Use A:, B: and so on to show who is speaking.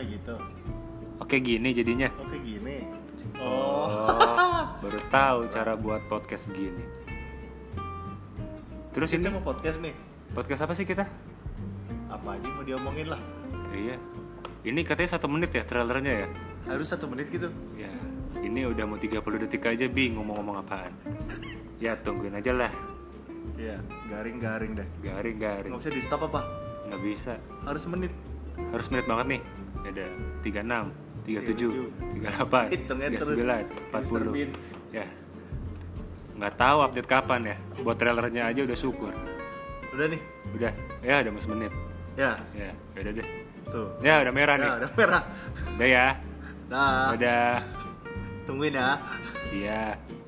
A: gitu
B: Oke gini jadinya.
A: oke gini Oh,
B: Oh, baru tahu cara buat podcast begini. Terus
A: kita
B: ini
A: mau podcast nih
B: podcast apa sih kita?
A: apa aja yang mau diomongin lah
B: Iya. Ini katanya satu menit ya trailernya ya.
A: harus satu menit gitu
B: Ya, ini udah mau 30 detik aja bingung mau ngomong apaan. Ya tungguin aja lah.
A: iya garing-garing deh
B: Garing
A: nggak
B: garing.
A: bisa di stop apa
B: Nggak bisa.
A: harus menit
B: Harus menit banget nih. Ya Ada 36, 37, 38,
A: Hitungnya terus.
B: 39,
A: Mr. Bean.
B: 40. Ya. Nggak tahu update kapan ya. Buat trailernya aja udah syukur.
A: udah nih
B: Udah, ya udah mas menit.
A: ya
B: Ya, udah deh.
A: tuh
B: Ya udah merah
A: ya
B: nih.
A: udah merah
B: Udah ya.
A: nah
B: Udah.
A: tungguin ya
B: Iya.